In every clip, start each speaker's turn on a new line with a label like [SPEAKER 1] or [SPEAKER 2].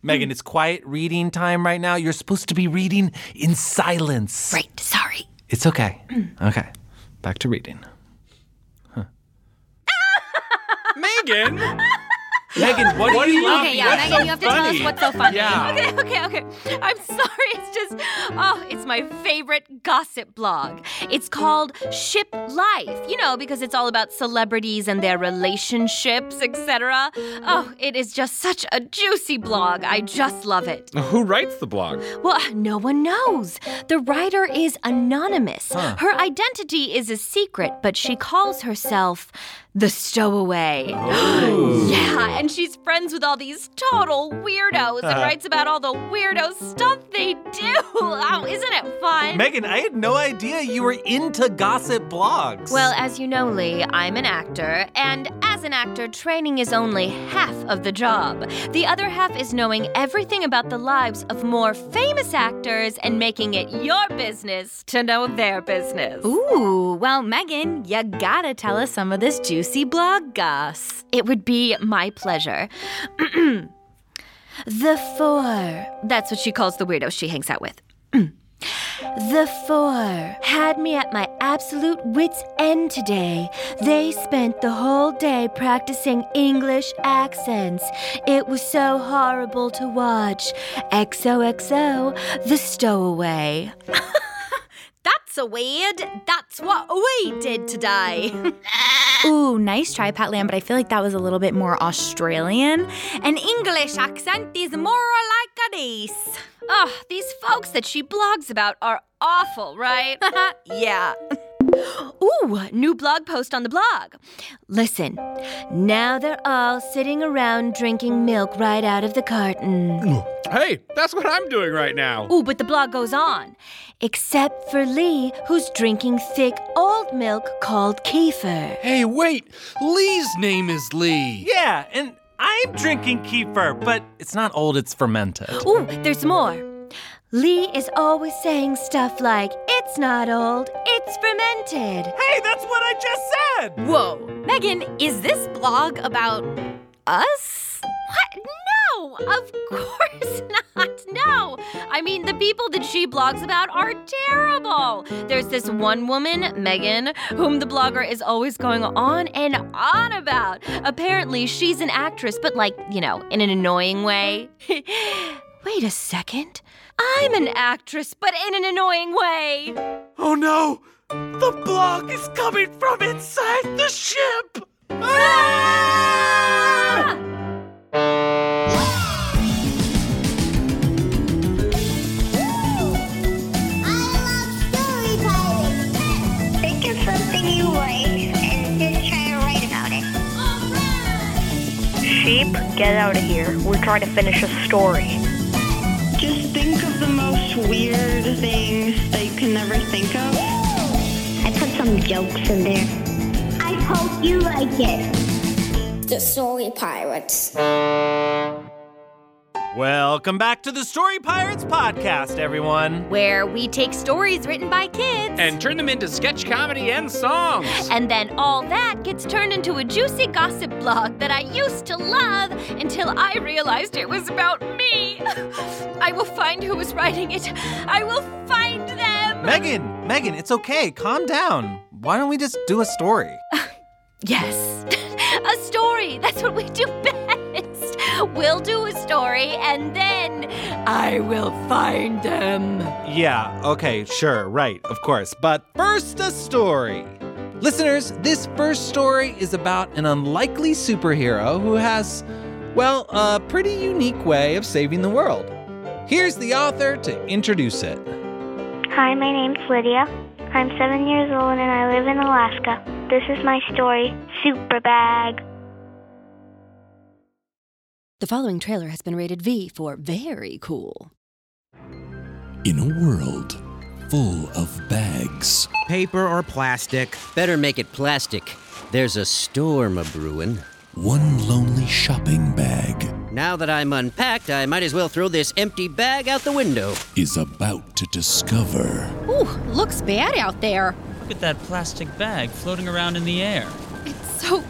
[SPEAKER 1] Hmm.
[SPEAKER 2] Megan, it's quiet reading time right now. You're supposed to be reading in silence.
[SPEAKER 1] Right, Hmm. sorry.
[SPEAKER 2] It's okay. okay. Back to reading.
[SPEAKER 3] Megan?
[SPEAKER 2] Megan, what
[SPEAKER 3] What
[SPEAKER 2] are
[SPEAKER 3] are
[SPEAKER 2] you
[SPEAKER 3] you
[SPEAKER 2] laughing
[SPEAKER 1] Okay, yeah,
[SPEAKER 3] That's
[SPEAKER 1] Megan,
[SPEAKER 3] so
[SPEAKER 1] you have to tell
[SPEAKER 3] funny.
[SPEAKER 1] us what's so funny.
[SPEAKER 3] Yeah.
[SPEAKER 1] Okay, okay, okay. I'm sorry. It's just, oh, it's my favorite gossip blog. It's called Ship Life, you know, because it's all about celebrities and their relationships, etc. Oh, it is just such a juicy blog. I just love it.
[SPEAKER 3] Who writes the blog?
[SPEAKER 1] Well, ah, no one knows. The writer is anonymous. Her identity is a secret, but she calls herself the Stowaway.
[SPEAKER 2] Oh.
[SPEAKER 1] yeah, and she's friends with all these total weirdos and writes about all the weirdo stuff they do. Oh, isn't it fun?
[SPEAKER 2] Megan, I had no idea you were into gossip blogs.
[SPEAKER 1] well, as you know, Lee, I'm an actor, and as an actor, training is only half of the job. The other half is knowing everything about the lives of more famous actors and making it your business to know their business.
[SPEAKER 4] Ooh, well, Megan, you gotta tell us some of this juicy blog goss.
[SPEAKER 1] It would be my pleasure. the four. That's what she calls the weirdos she hangs out with. the four had me at my absolute wits' end today. They spent the whole day practicing English accents. It was so horrible to watch. XOXO, the stowaway.
[SPEAKER 4] That's a weird. That's what we did today. Ooh, nice try, Pat Lamb, but I feel like that was a little bit more Australian. An English accent is more like an ace.
[SPEAKER 1] Ugh, Ah, these folks that she blogs about are awful, right?
[SPEAKER 4] yeah.
[SPEAKER 1] Ooh, new blog post on the blog. Listen, now they're all sitting around drinking milk right out of the carton.
[SPEAKER 3] Hey, that's what I'm doing right now.
[SPEAKER 1] Ooh, but the blog goes on. Except for Lee, who's drinking thick old milk called kefir.
[SPEAKER 3] Hey, wait. Lee's name is Lee.
[SPEAKER 2] yeah, and I'm drinking kefir, but it's not old, it's fermented.
[SPEAKER 1] Ooh, there's more. Lee is always saying stuff like, it's not old, it's fermented.
[SPEAKER 2] Hey, that's what I just said!
[SPEAKER 4] Whoa. Megan, is this blog about us?
[SPEAKER 1] What? No, of course not. No. I mean, the people that she blogs about are terrible. There's this one woman, Megan, whom the blogger is always going on and on about. Apparently, she's an actress, but like, you know, in an annoying way. Wait a second. I'm an actress, but in an annoying way.
[SPEAKER 3] Oh no! The blog is coming from inside the ship!
[SPEAKER 5] Ah!
[SPEAKER 6] I love story pirates. Think of something you like and just try to write about it.
[SPEAKER 7] Sheep, get out of here. We're trying to finish a story.
[SPEAKER 8] Just think of the most weird things that you can never think of.
[SPEAKER 6] I put some jokes in there. I hope you like it. The Story Pirates.
[SPEAKER 2] Welcome back to the Story Pirates Podcast, everyone.
[SPEAKER 1] Where we take stories written by kids.
[SPEAKER 3] And turn them into sketch comedy and songs.
[SPEAKER 1] And then all that gets turned into a juicy gossip blog that I used to love until I realized it was about me. I will find who was writing it. I will find them.
[SPEAKER 2] Megan, Megan, it's okay. Calm down. Why don't we just do a story?
[SPEAKER 1] Yes, a story. That's what we do best. We'll do a story and then I will find them.
[SPEAKER 2] Yeah, okay, sure, right, of course. But first, a story. Listeners, this first story is about an unlikely superhero who has, well, a pretty unique way of saving the world. Here's the author to introduce it.
[SPEAKER 7] Hi, my name's Lydia. I'm seven years old and I live in Alaska. This is my story, Super Bag.
[SPEAKER 9] The following trailer has been rated V for very cool.
[SPEAKER 10] In a world full of bags,
[SPEAKER 11] Paper or plastic?
[SPEAKER 5] Better make it plastic. There's a storm a brewing.
[SPEAKER 10] one lonely shopping bag
[SPEAKER 5] Now that I'm unpacked, I might as well throw this empty bag out the window.
[SPEAKER 10] is about to discover
[SPEAKER 9] Ooh, looks bad out there.
[SPEAKER 12] Look at that plastic bag floating around in the air.
[SPEAKER 9] So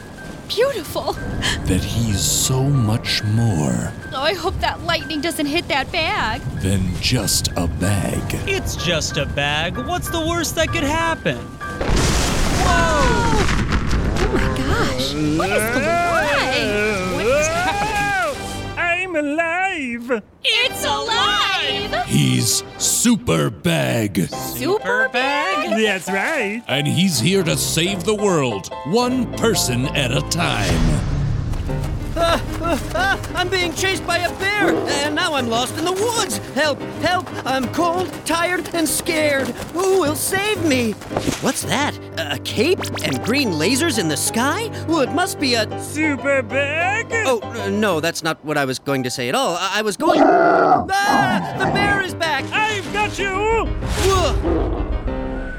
[SPEAKER 9] beautiful.
[SPEAKER 10] that he's so much more
[SPEAKER 9] Oh, I hope that lightning doesn't hit that bag.
[SPEAKER 10] than just a bag.
[SPEAKER 12] It's just a bag. What's the worst that could happen?
[SPEAKER 1] Oh
[SPEAKER 9] Gosh, what is going on? What is happening?
[SPEAKER 13] I'm alive!
[SPEAKER 9] It's alive!
[SPEAKER 10] He's Super Bag,
[SPEAKER 9] Super bag?
[SPEAKER 13] That's right.
[SPEAKER 10] and he's here to save the world, one person at a time.
[SPEAKER 5] Ah, ah, ah, I'm being chased by a bear, and now I'm lost in the woods. Help, help! I'm cold, tired, and scared. Who will save me? What's that? A a cape and green lasers in the sky? Well, it must be a.
[SPEAKER 13] Super bag?
[SPEAKER 5] Oh, uh, no, that's not what I was going to say at all. I, I was going. Ah! The bear is back!
[SPEAKER 13] I've got you!
[SPEAKER 5] Whoa.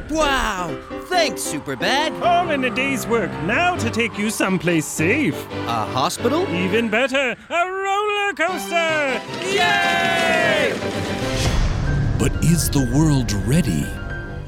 [SPEAKER 5] Wow! Thanks, Superbad.
[SPEAKER 13] All in a day's work. Now to take you someplace safe.
[SPEAKER 5] A hospital?
[SPEAKER 13] Even better, a roller coaster! Yay!
[SPEAKER 10] But is the world ready?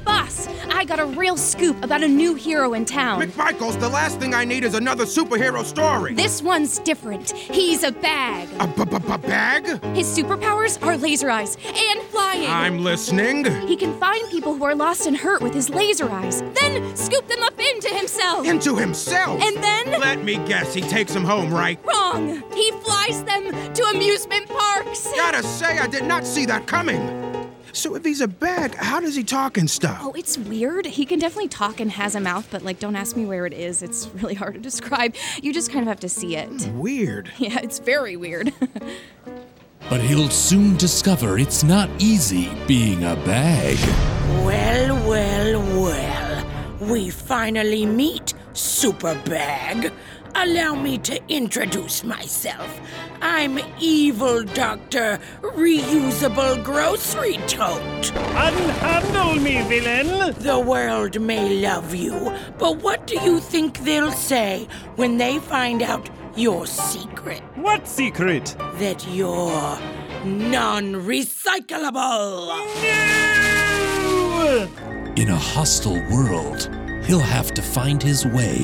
[SPEAKER 9] Boss, I got a real scoop about a new hero in town.
[SPEAKER 11] McMichaels, the last thing I need is another superhero story.
[SPEAKER 9] This one's different. He's a bag.
[SPEAKER 11] A b- b- b- bag?
[SPEAKER 9] His superpowers are laser eyes and flying.
[SPEAKER 11] I'm listening.
[SPEAKER 9] He can find people who are lost and hurt with his laser eyes, then scoop them up into himself.
[SPEAKER 11] Into himself.
[SPEAKER 9] And then-
[SPEAKER 11] Let me guess, he takes him home, right?
[SPEAKER 9] Wrong! He flies them to amusement parks.
[SPEAKER 11] Gotta say, I did not see that coming. So if he's a bag, how does he talk and stuff?
[SPEAKER 9] Oh, it's weird. He can definitely talk and has a mouth, but like, don't ask me where it is. It's really hard to describe. You just kind of have to see it.
[SPEAKER 11] Weird.
[SPEAKER 9] Yeah, it's very weird.
[SPEAKER 10] But he'll soon discover it's not easy being a bag.
[SPEAKER 14] Well, well, well. We finally meet, Super Bag. Allow me to introduce myself. I'm Evil Doctor Reusable Grocery Tote.
[SPEAKER 13] Unhandle me, villain!
[SPEAKER 14] The world may love you, but what do you think they'll say when they find out your secret?
[SPEAKER 13] What secret?
[SPEAKER 14] That you're non recyclable.
[SPEAKER 13] No!
[SPEAKER 10] In a hostile world, he'll have to find his way.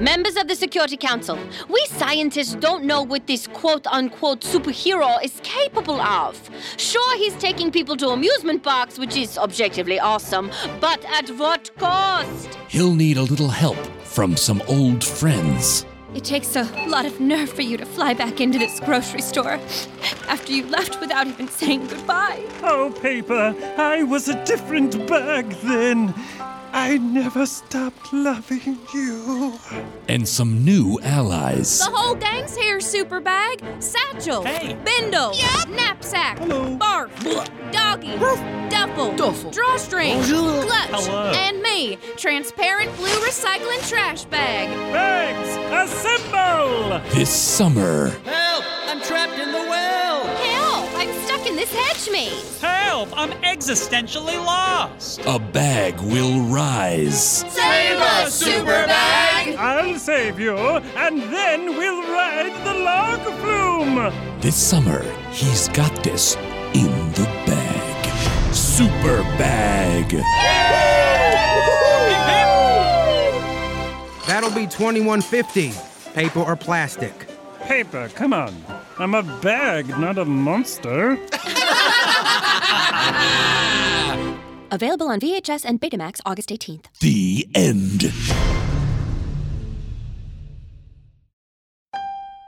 [SPEAKER 1] Members of the Security Council, we scientists don't know what this quote unquote superhero is capable of. Sure, he's taking people to amusement parks, which is objectively awesome, but at what cost?
[SPEAKER 10] He'll need a little help from some old friends.
[SPEAKER 9] it takes a lot of nerve for you to fly back into this grocery store after you left without even saying goodbye.
[SPEAKER 13] Oh, Paper, I was a different bag then. I never stopped loving you.
[SPEAKER 10] and some new allies.
[SPEAKER 9] The whole gang's here, super bag. Satchel.
[SPEAKER 13] Hey.
[SPEAKER 9] Bindle. Knapsack. Barf. Doggy. Duffel.
[SPEAKER 5] Duffel.
[SPEAKER 9] Drawstring.
[SPEAKER 5] Bonjour.
[SPEAKER 9] Clutch.
[SPEAKER 13] Hello.
[SPEAKER 9] And me. Transparent blue recycling trash bag.
[SPEAKER 13] Bags, assemble!
[SPEAKER 10] This summer,
[SPEAKER 5] Help! I'm trapped in the well!
[SPEAKER 1] Help! I'm stuck in this hedge maze.
[SPEAKER 12] Help! I'm existentially lost!
[SPEAKER 10] a bag will rise
[SPEAKER 1] Save us, Super Bag!
[SPEAKER 13] I'll save you, and then we'll ride the log flume!
[SPEAKER 10] this summer. He's got this in the bag. Super bag.
[SPEAKER 11] That'll be 2150. Paper or plastic?
[SPEAKER 13] Paper, come on. I'm a bag, not a monster.
[SPEAKER 9] Available on VHS and Betamax August 18th.
[SPEAKER 10] The end.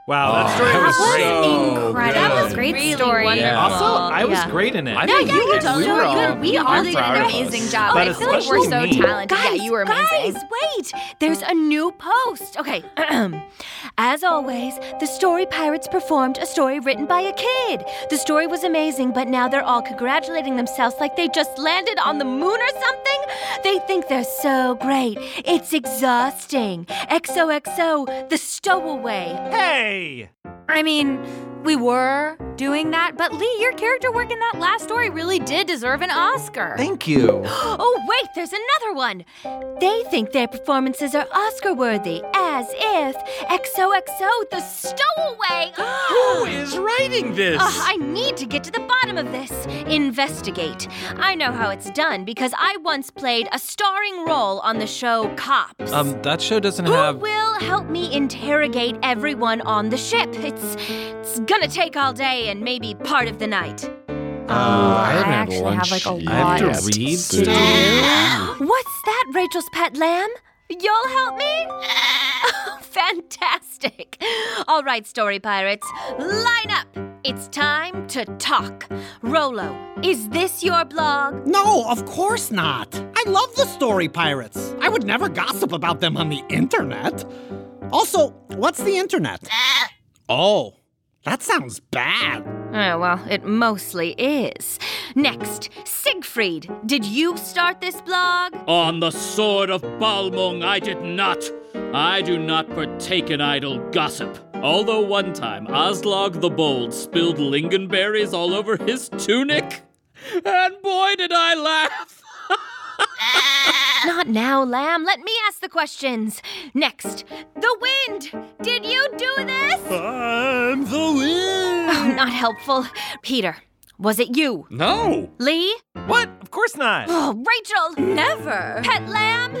[SPEAKER 2] Wow, that story was, great.
[SPEAKER 4] Incredible. That was great
[SPEAKER 1] Really
[SPEAKER 4] story.
[SPEAKER 1] wonderful.
[SPEAKER 2] Also, I was
[SPEAKER 4] Yeah.
[SPEAKER 2] great in it. I
[SPEAKER 4] yeah, you were so good. We all did an amazing job.
[SPEAKER 2] But
[SPEAKER 4] I feel like we're
[SPEAKER 2] especially
[SPEAKER 4] so
[SPEAKER 2] me.
[SPEAKER 4] talented.
[SPEAKER 1] Guys,
[SPEAKER 4] yeah, you were amazing.
[SPEAKER 1] guys, wait! There's a new post. Okay. As always, the Story Pirates performed a story written by a kid. The story was amazing, but now they're all congratulating themselves like they just landed on the moon or something. They think they're so great. It's exhausting. XOXO, the stowaway.
[SPEAKER 2] Hey!
[SPEAKER 4] I mean, we were doing that, but Lee, your character work in that last story really did deserve an Oscar.
[SPEAKER 2] Thank you.
[SPEAKER 1] oh, wait, there's another one. They think their performances are Oscar worthy, as if XOXO, the stowaway. Who
[SPEAKER 15] is writing this?
[SPEAKER 1] I need to get to the bottom of this. Investigate. I know how it's done because I once played a starring role on the show Cop.
[SPEAKER 2] Um, that show doesn't
[SPEAKER 1] Who
[SPEAKER 15] Uh,
[SPEAKER 2] have.
[SPEAKER 1] will help me interrogate everyone on the ship? It's it's gonna take all day and maybe part of the night.
[SPEAKER 2] Oh, I haven't had
[SPEAKER 1] actually
[SPEAKER 2] lunch.
[SPEAKER 1] have, like, a
[SPEAKER 2] I have to
[SPEAKER 1] lot
[SPEAKER 2] read
[SPEAKER 1] to
[SPEAKER 2] still.
[SPEAKER 1] What's that, Rachel's pet lamb? You'll help me? Oh, Fantastic. All right, story pirates, line up. It's time to talk. Rolo, is this your blog?
[SPEAKER 15] No, of course not. I love the story pirates. I would never gossip about them on the internet. Also, what's the internet? Oh, that sounds bad.
[SPEAKER 1] Oh, well, it mostly is. Next, Siegfried, did you start this blog?
[SPEAKER 16] On the sword of Balmung, I did not. I do not partake in idle gossip. Although one time Oslog the Bold spilled lingonberries all over his tunic, and boy did I laugh!
[SPEAKER 1] Not now, Lamb. Let me ask the questions. Next, the wind. Did you do this?
[SPEAKER 12] I'm the wind.
[SPEAKER 1] Oh, not helpful. Peter, was it you?
[SPEAKER 15] No.
[SPEAKER 1] Lee?
[SPEAKER 2] What? Of course not.
[SPEAKER 1] Oh, Rachel! Never. Pet lamb?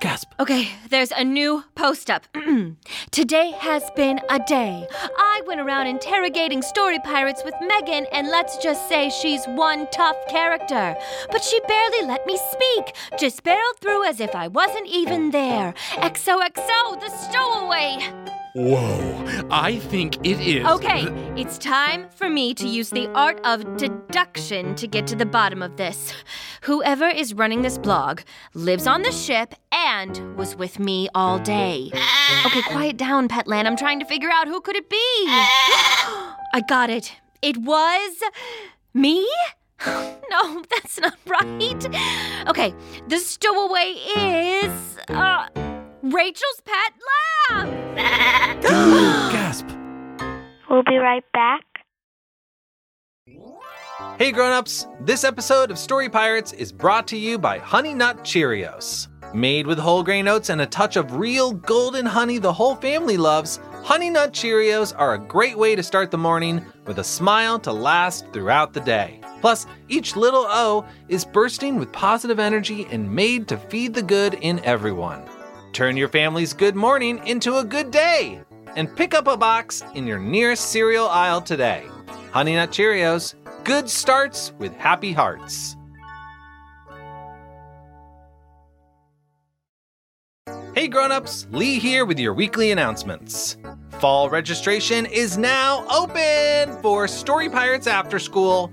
[SPEAKER 2] Gasp.
[SPEAKER 1] Okay, there's a new post up. Today has been a day. I went around interrogating story pirates with Megan, and let's just say she's one tough character. But she barely let me speak, just barreled through as if I wasn't even there. XOXO, the stowaway!
[SPEAKER 15] Whoa, I think it is.
[SPEAKER 1] Okay, it's time for me to use the art of deduction to get to the bottom of this. Whoever is running this blog lives on the ship and was with me all day. Okay, quiet down, Petland. I'm trying to figure out who could it be. I got it. It was me? No, that's not right. Okay, the stowaway is uh, Rachel's pet lamb.
[SPEAKER 2] Gasp.
[SPEAKER 7] We'll be right back.
[SPEAKER 2] Hey grown-ups, this episode of Story Pirates is brought to you by Honey Nut Cheerios. Made with whole grain oats and a touch of real golden honey the whole family loves, Honey Nut Cheerios are a great way to start the morning with a smile to last throughout the day. Plus, each little O is bursting with positive energy and made to feed the good in everyone. Turn your family's good morning into a good day and pick up a box in your nearest cereal aisle today. Honey Nut Cheerios, good starts with happy hearts. Hey grown-ups, Lee here with your weekly announcements. Fall registration is now open for Story Pirates After School,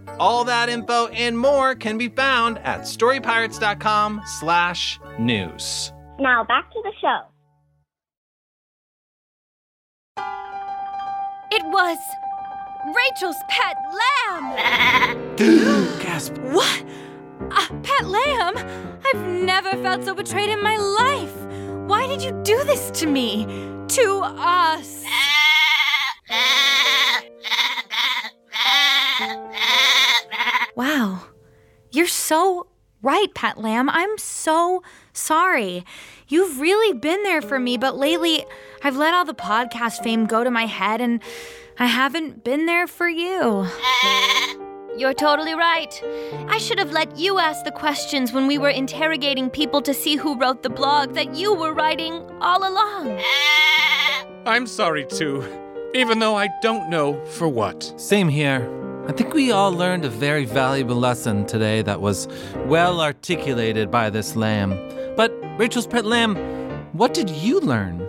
[SPEAKER 2] all that info and more can be found at storypirates.com slash news.
[SPEAKER 7] Now back to the show.
[SPEAKER 1] It was Rachel's pet lamb.
[SPEAKER 2] Gasp.
[SPEAKER 1] what? A pet lamb? I've never felt so betrayed in my life. Why did you do this to me? To us? Wow. You're so right, Pat Lamb. I'm so sorry. You've really been there for me, but lately I've let all the podcast fame go to my head and I haven't been there for you. You're totally right. I should have let you ask the questions when we were interrogating people to see who wrote the blog that you were writing all along.
[SPEAKER 17] I'm sorry too, even though I don't know for what.
[SPEAKER 18] Same here. I think we all learned a very valuable lesson today that was well articulated by this lamb. But, Rachel's pet lamb, what did you learn?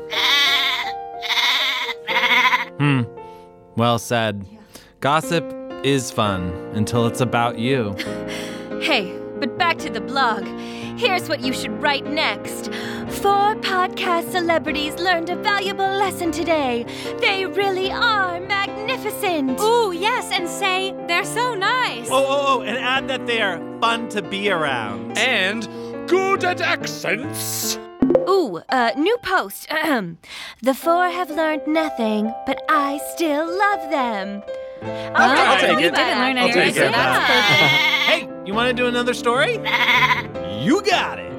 [SPEAKER 18] hmm. Well said. Gossip is fun until it's about you.
[SPEAKER 1] Hey, but back to the blog. Here's what you should write next. Four podcast celebrities learned a valuable lesson today. They really are magnificent. Ooh, yes, and say they're so nice.
[SPEAKER 18] Oh, oh, oh, and add that they are fun to be around.
[SPEAKER 17] And good at accents.
[SPEAKER 1] Ooh, uh, new post. Ahem. the four have learned nothing, but I still love them.
[SPEAKER 2] I'll take it. I'll
[SPEAKER 1] anything.
[SPEAKER 2] take it. Hey, you want to do another story? you got it.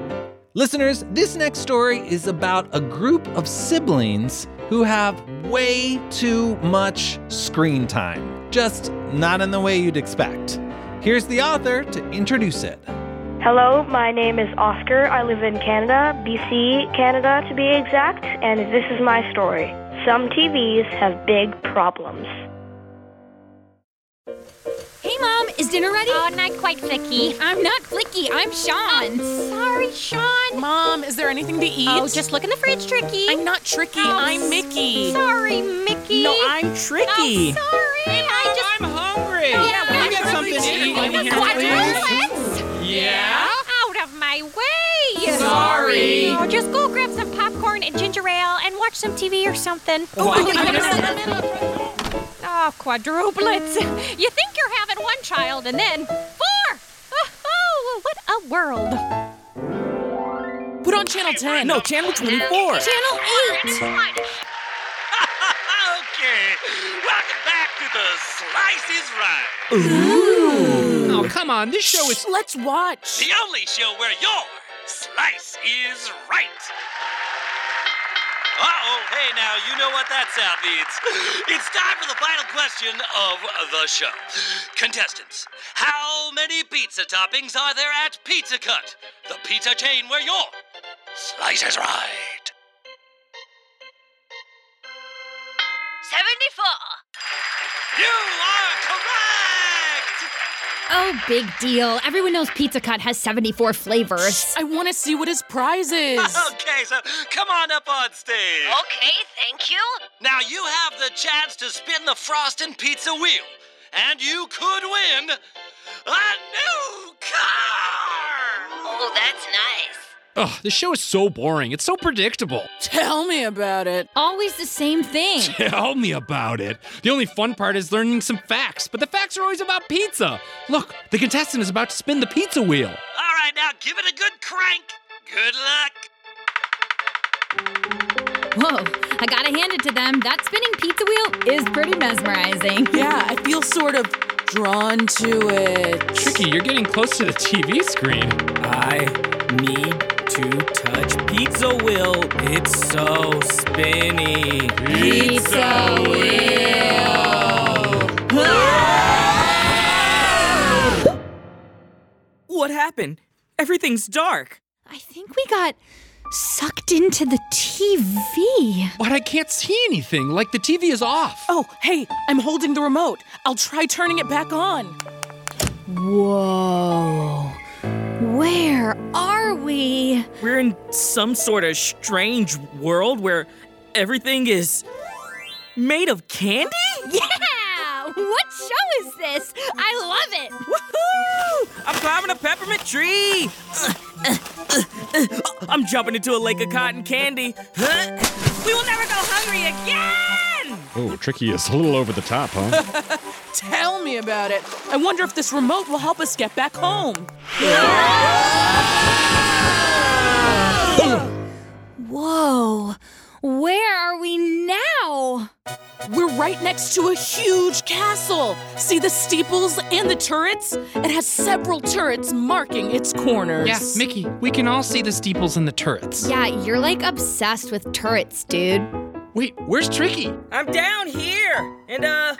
[SPEAKER 2] Listeners, this next story is about a group of siblings who have way too much screen time, just not in the way you'd expect. Here's the author to introduce it.
[SPEAKER 19] Hello, my name is Oscar. I live in Canada, BC, Canada to be exact, and this is my story. Some TVs have big problems.
[SPEAKER 4] Hey, Mom, is dinner ready? Oh, not quite, Flicky. I'm not Flicky. I'm Sean. sorry, Sean.
[SPEAKER 20] Mom, is there anything to eat?
[SPEAKER 4] Oh, just look in the fridge, Tricky.
[SPEAKER 20] I'm not Tricky.
[SPEAKER 4] Oh,
[SPEAKER 20] I'm Mickey.
[SPEAKER 4] Sorry, Mickey.
[SPEAKER 20] No, I'm Tricky.
[SPEAKER 4] Oh, sorry. I just... I'm hungry.
[SPEAKER 20] Yeah, we got something to eat in here,
[SPEAKER 4] Yeah? Out of my way.
[SPEAKER 20] Sorry.
[SPEAKER 4] Oh, just go grab some popcorn and ginger ale and watch some TV or something.
[SPEAKER 20] What?
[SPEAKER 4] Oh, quadruplets. You think you're having one child and then four. Oh, what a world.
[SPEAKER 20] Put on channel 10. No, channel 24.
[SPEAKER 4] Channel 8.
[SPEAKER 3] Okay, welcome back to the Slice is Right.
[SPEAKER 20] Ooh. Oh, come on. This show is. Let's watch.
[SPEAKER 3] The only show where your slice is right. Uh-oh, hey now, you know what that sound means. It's time for the final question of the show. Contestants, how many pizza toppings are there at Pizza Cut, the pizza chain where your slice is right?
[SPEAKER 21] 74.
[SPEAKER 3] You are correct!
[SPEAKER 4] Oh, big deal. Everyone knows Pizza Cut has 74 flavors. Uh,
[SPEAKER 20] I want to see what his prize is.
[SPEAKER 3] Okay, so come on up on stage.
[SPEAKER 21] Okay, thank you.
[SPEAKER 3] Now you have the chance to spin the Frostin' Pizza wheel, and you could win a new car!
[SPEAKER 21] Oh, that's nice.
[SPEAKER 17] Ugh, this show is so boring. It's so predictable.
[SPEAKER 20] Tell me about it.
[SPEAKER 4] Always the same thing.
[SPEAKER 17] Tell me about it. The only fun part is learning some facts, but the facts are always about pizza. Look, the contestant is about to spin the pizza wheel.
[SPEAKER 3] All right, now give it a good crank. Good luck.
[SPEAKER 4] Whoa, I gotta hand it to them. That spinning pizza wheel is pretty mesmerizing.
[SPEAKER 20] Yeah, I feel sort of drawn to it.
[SPEAKER 17] Tricky, you're getting close to the TV screen.
[SPEAKER 22] I need to touch Pizza Will. It's so spinny.
[SPEAKER 20] Pizza
[SPEAKER 22] What happened? Everything's dark.
[SPEAKER 4] I think we got sucked into the TV.
[SPEAKER 17] But I can't see anything. Like the TV is off.
[SPEAKER 20] Oh, hey, I'm holding the remote. I'll try turning it back on.
[SPEAKER 4] Whoa. Where are we?
[SPEAKER 22] We're in some sort of strange world where everything is made of candy?
[SPEAKER 1] Yeah! What show is this? I love it!
[SPEAKER 22] Woohoo! I'm climbing a peppermint tree! Ugh, ugh, ugh, ugh. Oh, I'm jumping into a lake of cotton candy. Huh? We will never go hungry again!
[SPEAKER 8] Oh, Tricky is a little over the top, huh?
[SPEAKER 20] Tell me about it. I wonder if this remote will help us get back home.
[SPEAKER 4] Whoa. Where are we now?
[SPEAKER 20] We're right next to a huge castle. See the steeples and the turrets? It has several turrets marking its corners.
[SPEAKER 17] Yeah, Mickey, we can all see the steeples and the turrets.
[SPEAKER 4] Yeah, you're like obsessed with turrets, dude.
[SPEAKER 17] Wait, where's Tricky?
[SPEAKER 22] I'm down here, and uh,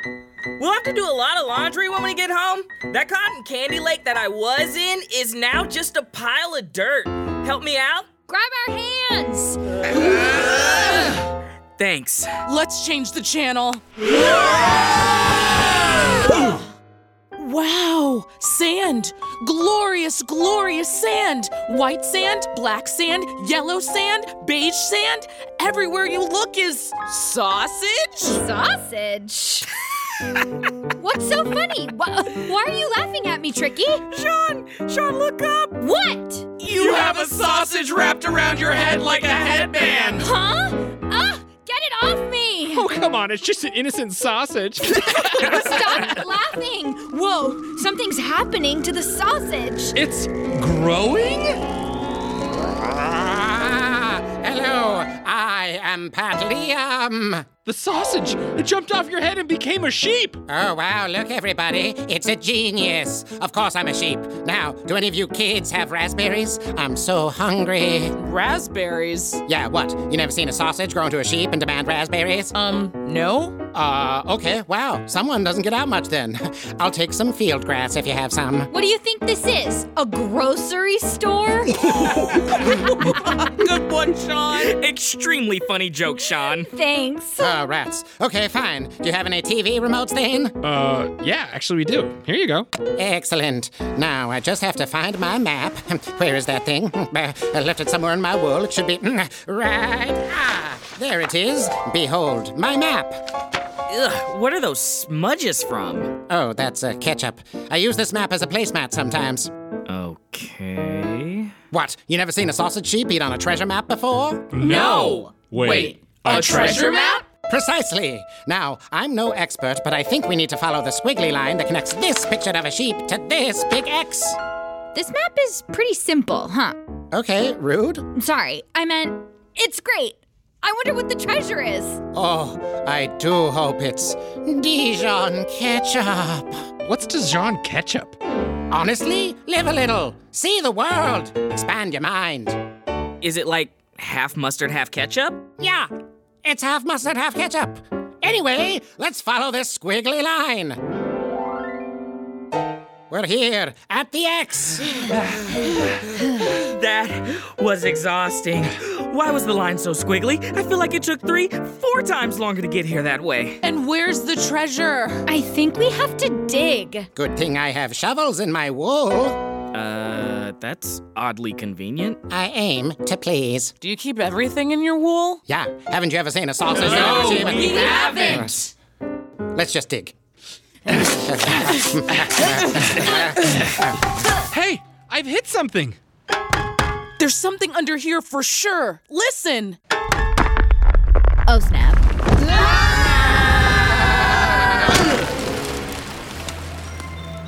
[SPEAKER 22] we'll have to do a lot of laundry when we get home. That cotton candy lake that I was in is now just a pile of dirt. Help me out?
[SPEAKER 1] Grab our hands!
[SPEAKER 22] Thanks.
[SPEAKER 20] Let's change the channel. Wow, sand. Glorious, glorious sand. White sand, black sand, yellow sand, beige sand. Everywhere you look is sausage?
[SPEAKER 1] Sausage? What's so funny? Why, why are you laughing at me, Tricky?
[SPEAKER 22] Sean! Sean, look up!
[SPEAKER 1] What?
[SPEAKER 22] You have a sausage wrapped around your head like a headband!
[SPEAKER 1] Huh? Ah, get it off me!
[SPEAKER 17] Oh, come on, it's just an innocent sausage.
[SPEAKER 1] Stop laughing! Whoa, something's happening to the sausage.
[SPEAKER 17] It's growing?
[SPEAKER 14] Ah, Hello, I am Pat Liam.
[SPEAKER 17] The sausage! It jumped off your head and became a sheep!
[SPEAKER 14] Oh, wow, look, everybody. It's a genius. Of course, I'm a sheep. Now, do any of you kids have raspberries? I'm so hungry.
[SPEAKER 20] Raspberries?
[SPEAKER 14] Yeah, what? You never seen a sausage grow into a sheep and demand raspberries?
[SPEAKER 20] Um, no?
[SPEAKER 14] Uh, okay, wow. Someone doesn't get out much then. I'll take some field grass if you have some.
[SPEAKER 1] What do you think this is? A grocery store?
[SPEAKER 20] Good one, Sean.
[SPEAKER 22] Extremely funny joke, Sean.
[SPEAKER 1] Thanks.
[SPEAKER 14] Oh, rats. Okay, fine. Do you have any TV remotes then?
[SPEAKER 17] Uh, yeah, actually, we do. Here you go.
[SPEAKER 14] Excellent. Now I just have to find my map. Where is that thing? I left it somewhere in my wool. It should be right. Ah, there it is. Behold, my map.
[SPEAKER 22] Ugh, what are those smudges from?
[SPEAKER 14] Oh, that's uh, ketchup. I use this map as a placemat sometimes.
[SPEAKER 22] Okay.
[SPEAKER 14] What? You never seen a sausage sheep eat on a treasure map before?
[SPEAKER 22] No!
[SPEAKER 8] Wait, a treasure
[SPEAKER 22] map?
[SPEAKER 14] Precisely. Now, I'm no expert, but I think we need to follow the squiggly line that connects this picture of a sheep to this big X.
[SPEAKER 4] This map is pretty simple, huh?
[SPEAKER 14] Okay, rude.
[SPEAKER 4] Sorry, I meant it's great. I wonder what the treasure is.
[SPEAKER 14] Oh, I do hope it's Dijon ketchup.
[SPEAKER 17] What's Dijon ketchup?
[SPEAKER 14] Honestly, live a little. See the world. Expand your mind.
[SPEAKER 22] Is it like half mustard, half ketchup?
[SPEAKER 14] Yeah, it's half mustard, half ketchup. Anyway, let's follow this squiggly line. We're here at the X.
[SPEAKER 22] That was exhausting. Why was the line so squiggly? I feel like it took three, four times longer to get here that way.
[SPEAKER 20] And where's the treasure?
[SPEAKER 4] I think we have to dig.
[SPEAKER 14] Good thing I have shovels in my wool.
[SPEAKER 22] Uh, that's oddly convenient.
[SPEAKER 14] I aim to please.
[SPEAKER 20] Do you keep everything in your wool?
[SPEAKER 14] Yeah, haven't you ever seen a sausage?
[SPEAKER 22] No,
[SPEAKER 14] in a machine?
[SPEAKER 22] we haven't.
[SPEAKER 14] Let's just dig.
[SPEAKER 17] Hey, I've hit something.
[SPEAKER 20] There's something under here for sure. Listen.
[SPEAKER 4] Oh, snap.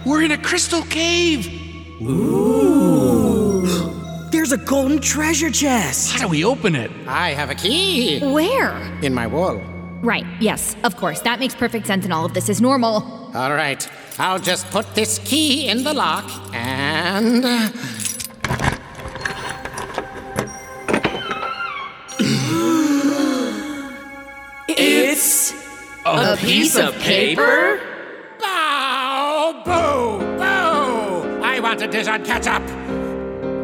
[SPEAKER 17] We're in a crystal cave.
[SPEAKER 22] There's a golden treasure chest.
[SPEAKER 17] How do we open it?
[SPEAKER 14] I have a key.
[SPEAKER 4] Where?
[SPEAKER 14] In my wool.
[SPEAKER 4] Right, yes, of course. That makes perfect sense, and all of this is normal.
[SPEAKER 14] All right, I'll just put this key in the lock and.
[SPEAKER 22] It's a, piece of paper?
[SPEAKER 14] Bow, boo, boo! I want a dish on ketchup.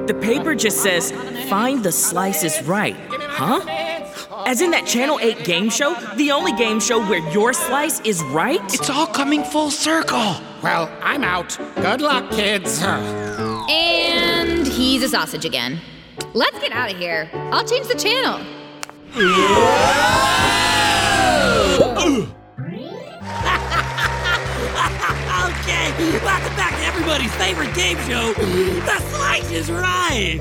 [SPEAKER 22] The paper just says, find the slices right. Huh? As in that Channel 8 game show, the only game show where your slice is right? It's all coming full circle.
[SPEAKER 14] Well, I'm out. Good luck, kids.
[SPEAKER 11] And he's a sausage again. Let's get out of here. I'll change the channel.
[SPEAKER 22] Okay, welcome back to everybody's favorite game show, The Slice is Right!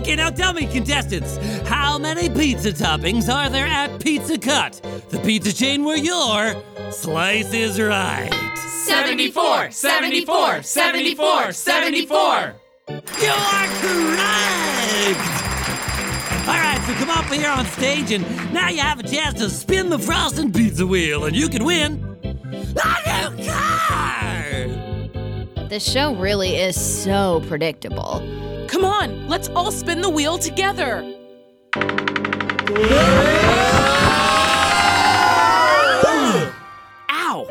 [SPEAKER 3] Okay, now tell me, contestants, how many pizza toppings are there at Pizza Cut, the pizza chain where your slice is right?
[SPEAKER 22] 74, 74, 74,
[SPEAKER 3] You
[SPEAKER 22] 74.
[SPEAKER 3] are correct! All right, so come up here on stage, and now you have a chance to spin the frosting pizza wheel, and you can win a new car!
[SPEAKER 11] This show really is so predictable.
[SPEAKER 20] Come on, let's all spin the wheel together.
[SPEAKER 22] Ow!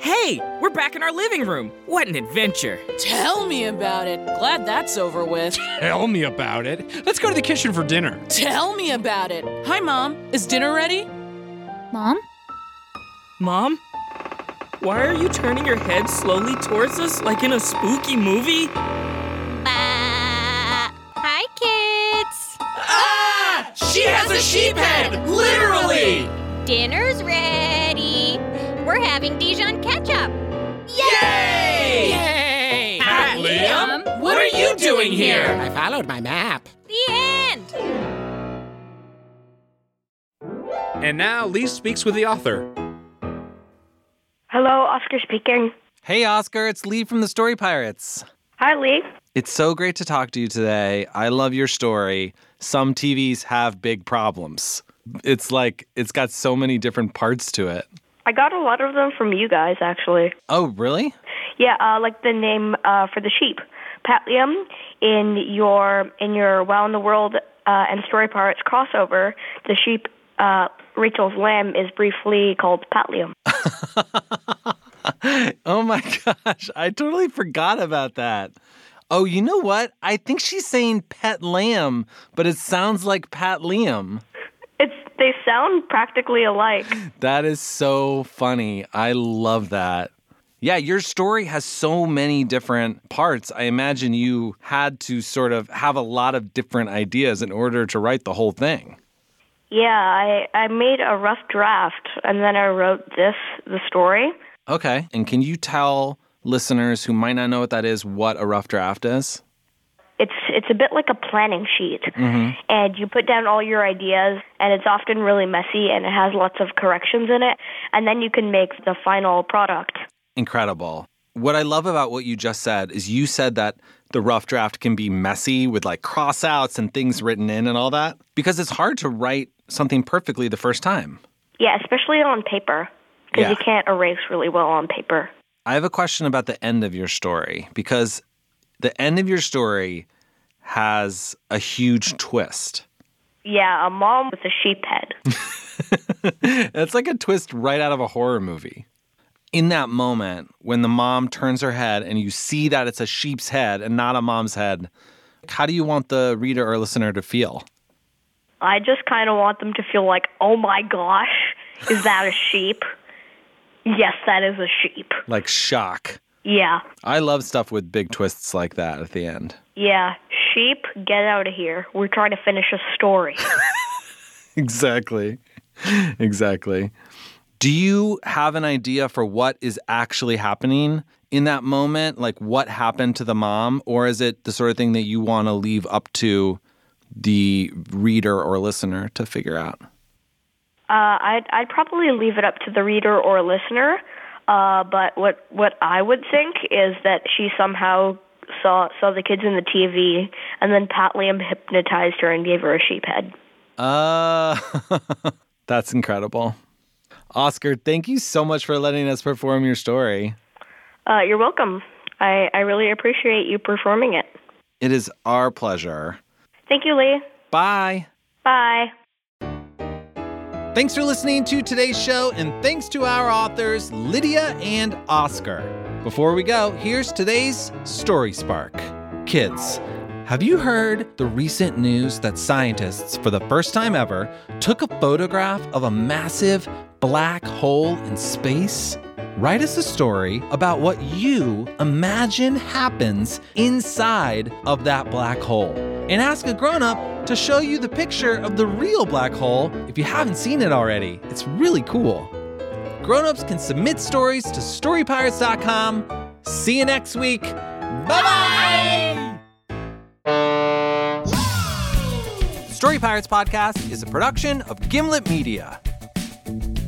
[SPEAKER 22] Hey, we're back in our living room. What an adventure.
[SPEAKER 20] Tell me about it. Glad that's over with.
[SPEAKER 17] Tell me about it. Let's go to the kitchen for dinner.
[SPEAKER 20] Tell me about it. Hi, Mom. Is dinner ready? Mom?
[SPEAKER 22] Mom? Why are you turning your head slowly towards us like in a spooky movie?
[SPEAKER 4] Uh,
[SPEAKER 23] Hi, kids.
[SPEAKER 20] Ah!
[SPEAKER 22] she has a sheep head, literally.
[SPEAKER 23] Dinner's ready. We're having Dijon ketchup.
[SPEAKER 22] Yay!
[SPEAKER 20] Yay!
[SPEAKER 22] Ah,
[SPEAKER 20] Liam,
[SPEAKER 22] what are you doing here?
[SPEAKER 14] I followed my map.
[SPEAKER 23] The end.
[SPEAKER 17] And now Lee speaks with the author.
[SPEAKER 19] Hello, Oscar speaking.
[SPEAKER 2] Hey, Oscar, it's Lee from the Story Pirates.
[SPEAKER 19] Hi, Lee.
[SPEAKER 2] It's so great to talk to you today. I love your story. Some TVs have big problems. It's like it's got so many different parts to it.
[SPEAKER 19] I got a lot of them from you guys, actually.
[SPEAKER 2] Oh, really?
[SPEAKER 19] Yeah, uh, like the name uh, for the sheep, Pat Liam. In your in your Wow in the World uh, and Story Pirates crossover, the sheep uh, Rachel's lamb is briefly called Pat Liam.
[SPEAKER 2] Oh my gosh, I totally forgot about that. Oh, you know what? I think she's saying pet lamb, but it sounds like Pat Liam.
[SPEAKER 19] It's they sound practically alike.
[SPEAKER 2] That is so funny. I love that. Yeah, your story has so many different parts. I imagine you had to sort of have a lot of different ideas in order to write the whole thing.
[SPEAKER 19] Yeah, I I made a rough draft and then I wrote this the story.
[SPEAKER 2] Okay. And can you tell listeners who might not know what that is what a rough draft is?
[SPEAKER 19] It's it's a bit like a planning sheet.
[SPEAKER 2] Mm-hmm.
[SPEAKER 19] and you put down all your ideas and it's often really messy and it has lots of corrections in it and then you can make the final product
[SPEAKER 2] Incredible. What I love about what you just said is you said that the rough draft can be messy with like crossouts and things written in and all that because it's hard to write something perfectly the first time.
[SPEAKER 19] yeah especially on paper because you
[SPEAKER 2] Yeah.
[SPEAKER 19] can't erase really well on paper
[SPEAKER 2] I have a question about the end of your story because the end of your story has a huge twist.
[SPEAKER 19] yeah a mom with a sheep head
[SPEAKER 2] That's like a twist right out of a horror movie. In that moment, when the mom turns her head and you see that it's a sheep's head and not a mom's head, how do you want the reader or listener to feel?
[SPEAKER 19] i just kind of want them to feel like oh my gosh is that a sheep yes that is a sheep
[SPEAKER 2] Like shock.
[SPEAKER 19] yeah
[SPEAKER 2] I love stuff with big twists like that at the end.
[SPEAKER 19] yeah sheep get out of here we're trying to finish a story
[SPEAKER 2] Exactly. exactly. Do you have an idea for what is actually happening in that moment? Like what happened to the mom? Or is it the sort of thing that you want to leave up to the reader or listener to figure out?
[SPEAKER 19] Uh, I'd, I'd probably leave it up to the reader or listener. Uh, but what what I would think is that she somehow saw saw the kids in the TV, and then Pat Liam hypnotized her and gave her a sheep head.
[SPEAKER 2] Uh, that's incredible. Oscar, thank you so much for letting us perform your story.
[SPEAKER 19] Uh, you're welcome. I, I really appreciate you performing it.
[SPEAKER 2] It is our pleasure.
[SPEAKER 19] Thank you, Lee.
[SPEAKER 2] Bye.
[SPEAKER 19] Bye.
[SPEAKER 2] Thanks for listening to today's show, and thanks to our authors, Lydia and Oscar. Before we go, here's today's Story Spark. Kids, Have you heard the recent news that scientists, for the first time ever, took a photograph of a massive black hole in space? Write us a story about what you imagine happens inside of that black hole. And ask a grown up to show you the picture of the real black hole if you haven't seen it already. It's really cool. Grown ups can submit stories to storypirates.com. See you next week. Bye bye! Story Pirates Podcast is a production of Gimlet Media.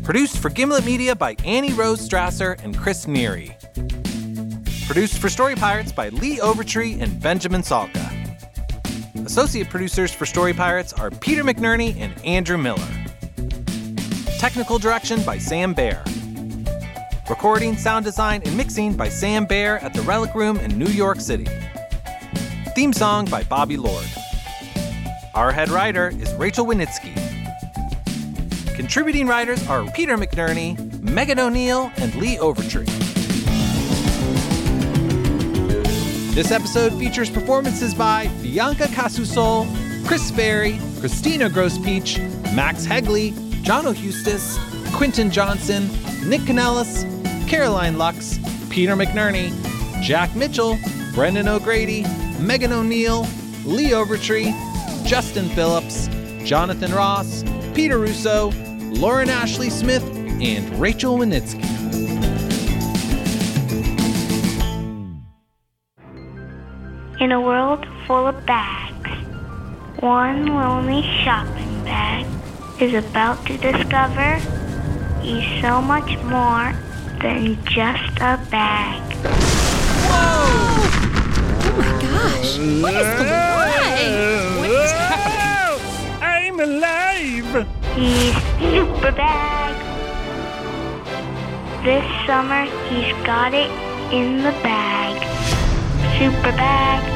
[SPEAKER 2] Produced for Gimlet Media by Annie Rose Strasser and Chris Neary. Produced for Story Pirates by Lee Overtree and Benjamin Salka. Associate producers for Story Pirates are Peter McNerney and Andrew Miller. Technical direction by Sam Baer. Recording, sound design, and mixing by Sam Baer at the Relic Room in New York City. Theme song by Bobby Lord. Our head writer is Rachel Winitsky. Contributing writers are Peter McNerney, Megan O'Neill, and Lee Overtree. This episode features performances by Bianca Casusol, Chris Berry, Christina Grosspeach, Max Hegley, John O'Hustis, Quinton Johnson, Nick Canellis, Caroline Lux, Peter McNerney, Jack Mitchell, Brendan O'Grady, Megan O'Neill, Lee Overtree, Justin Phillips, Jonathan Ross, Peter Russo, Lauren Ashley Smith, and Rachel Winitsky.
[SPEAKER 7] In a world full of bags, one lonely shopping bag is about to discover is so much more than just a bag.
[SPEAKER 6] Gosh, what is going on? What is
[SPEAKER 7] happening? I'm alive! He's super bag. This summer, he's got it in the bag. Super bag.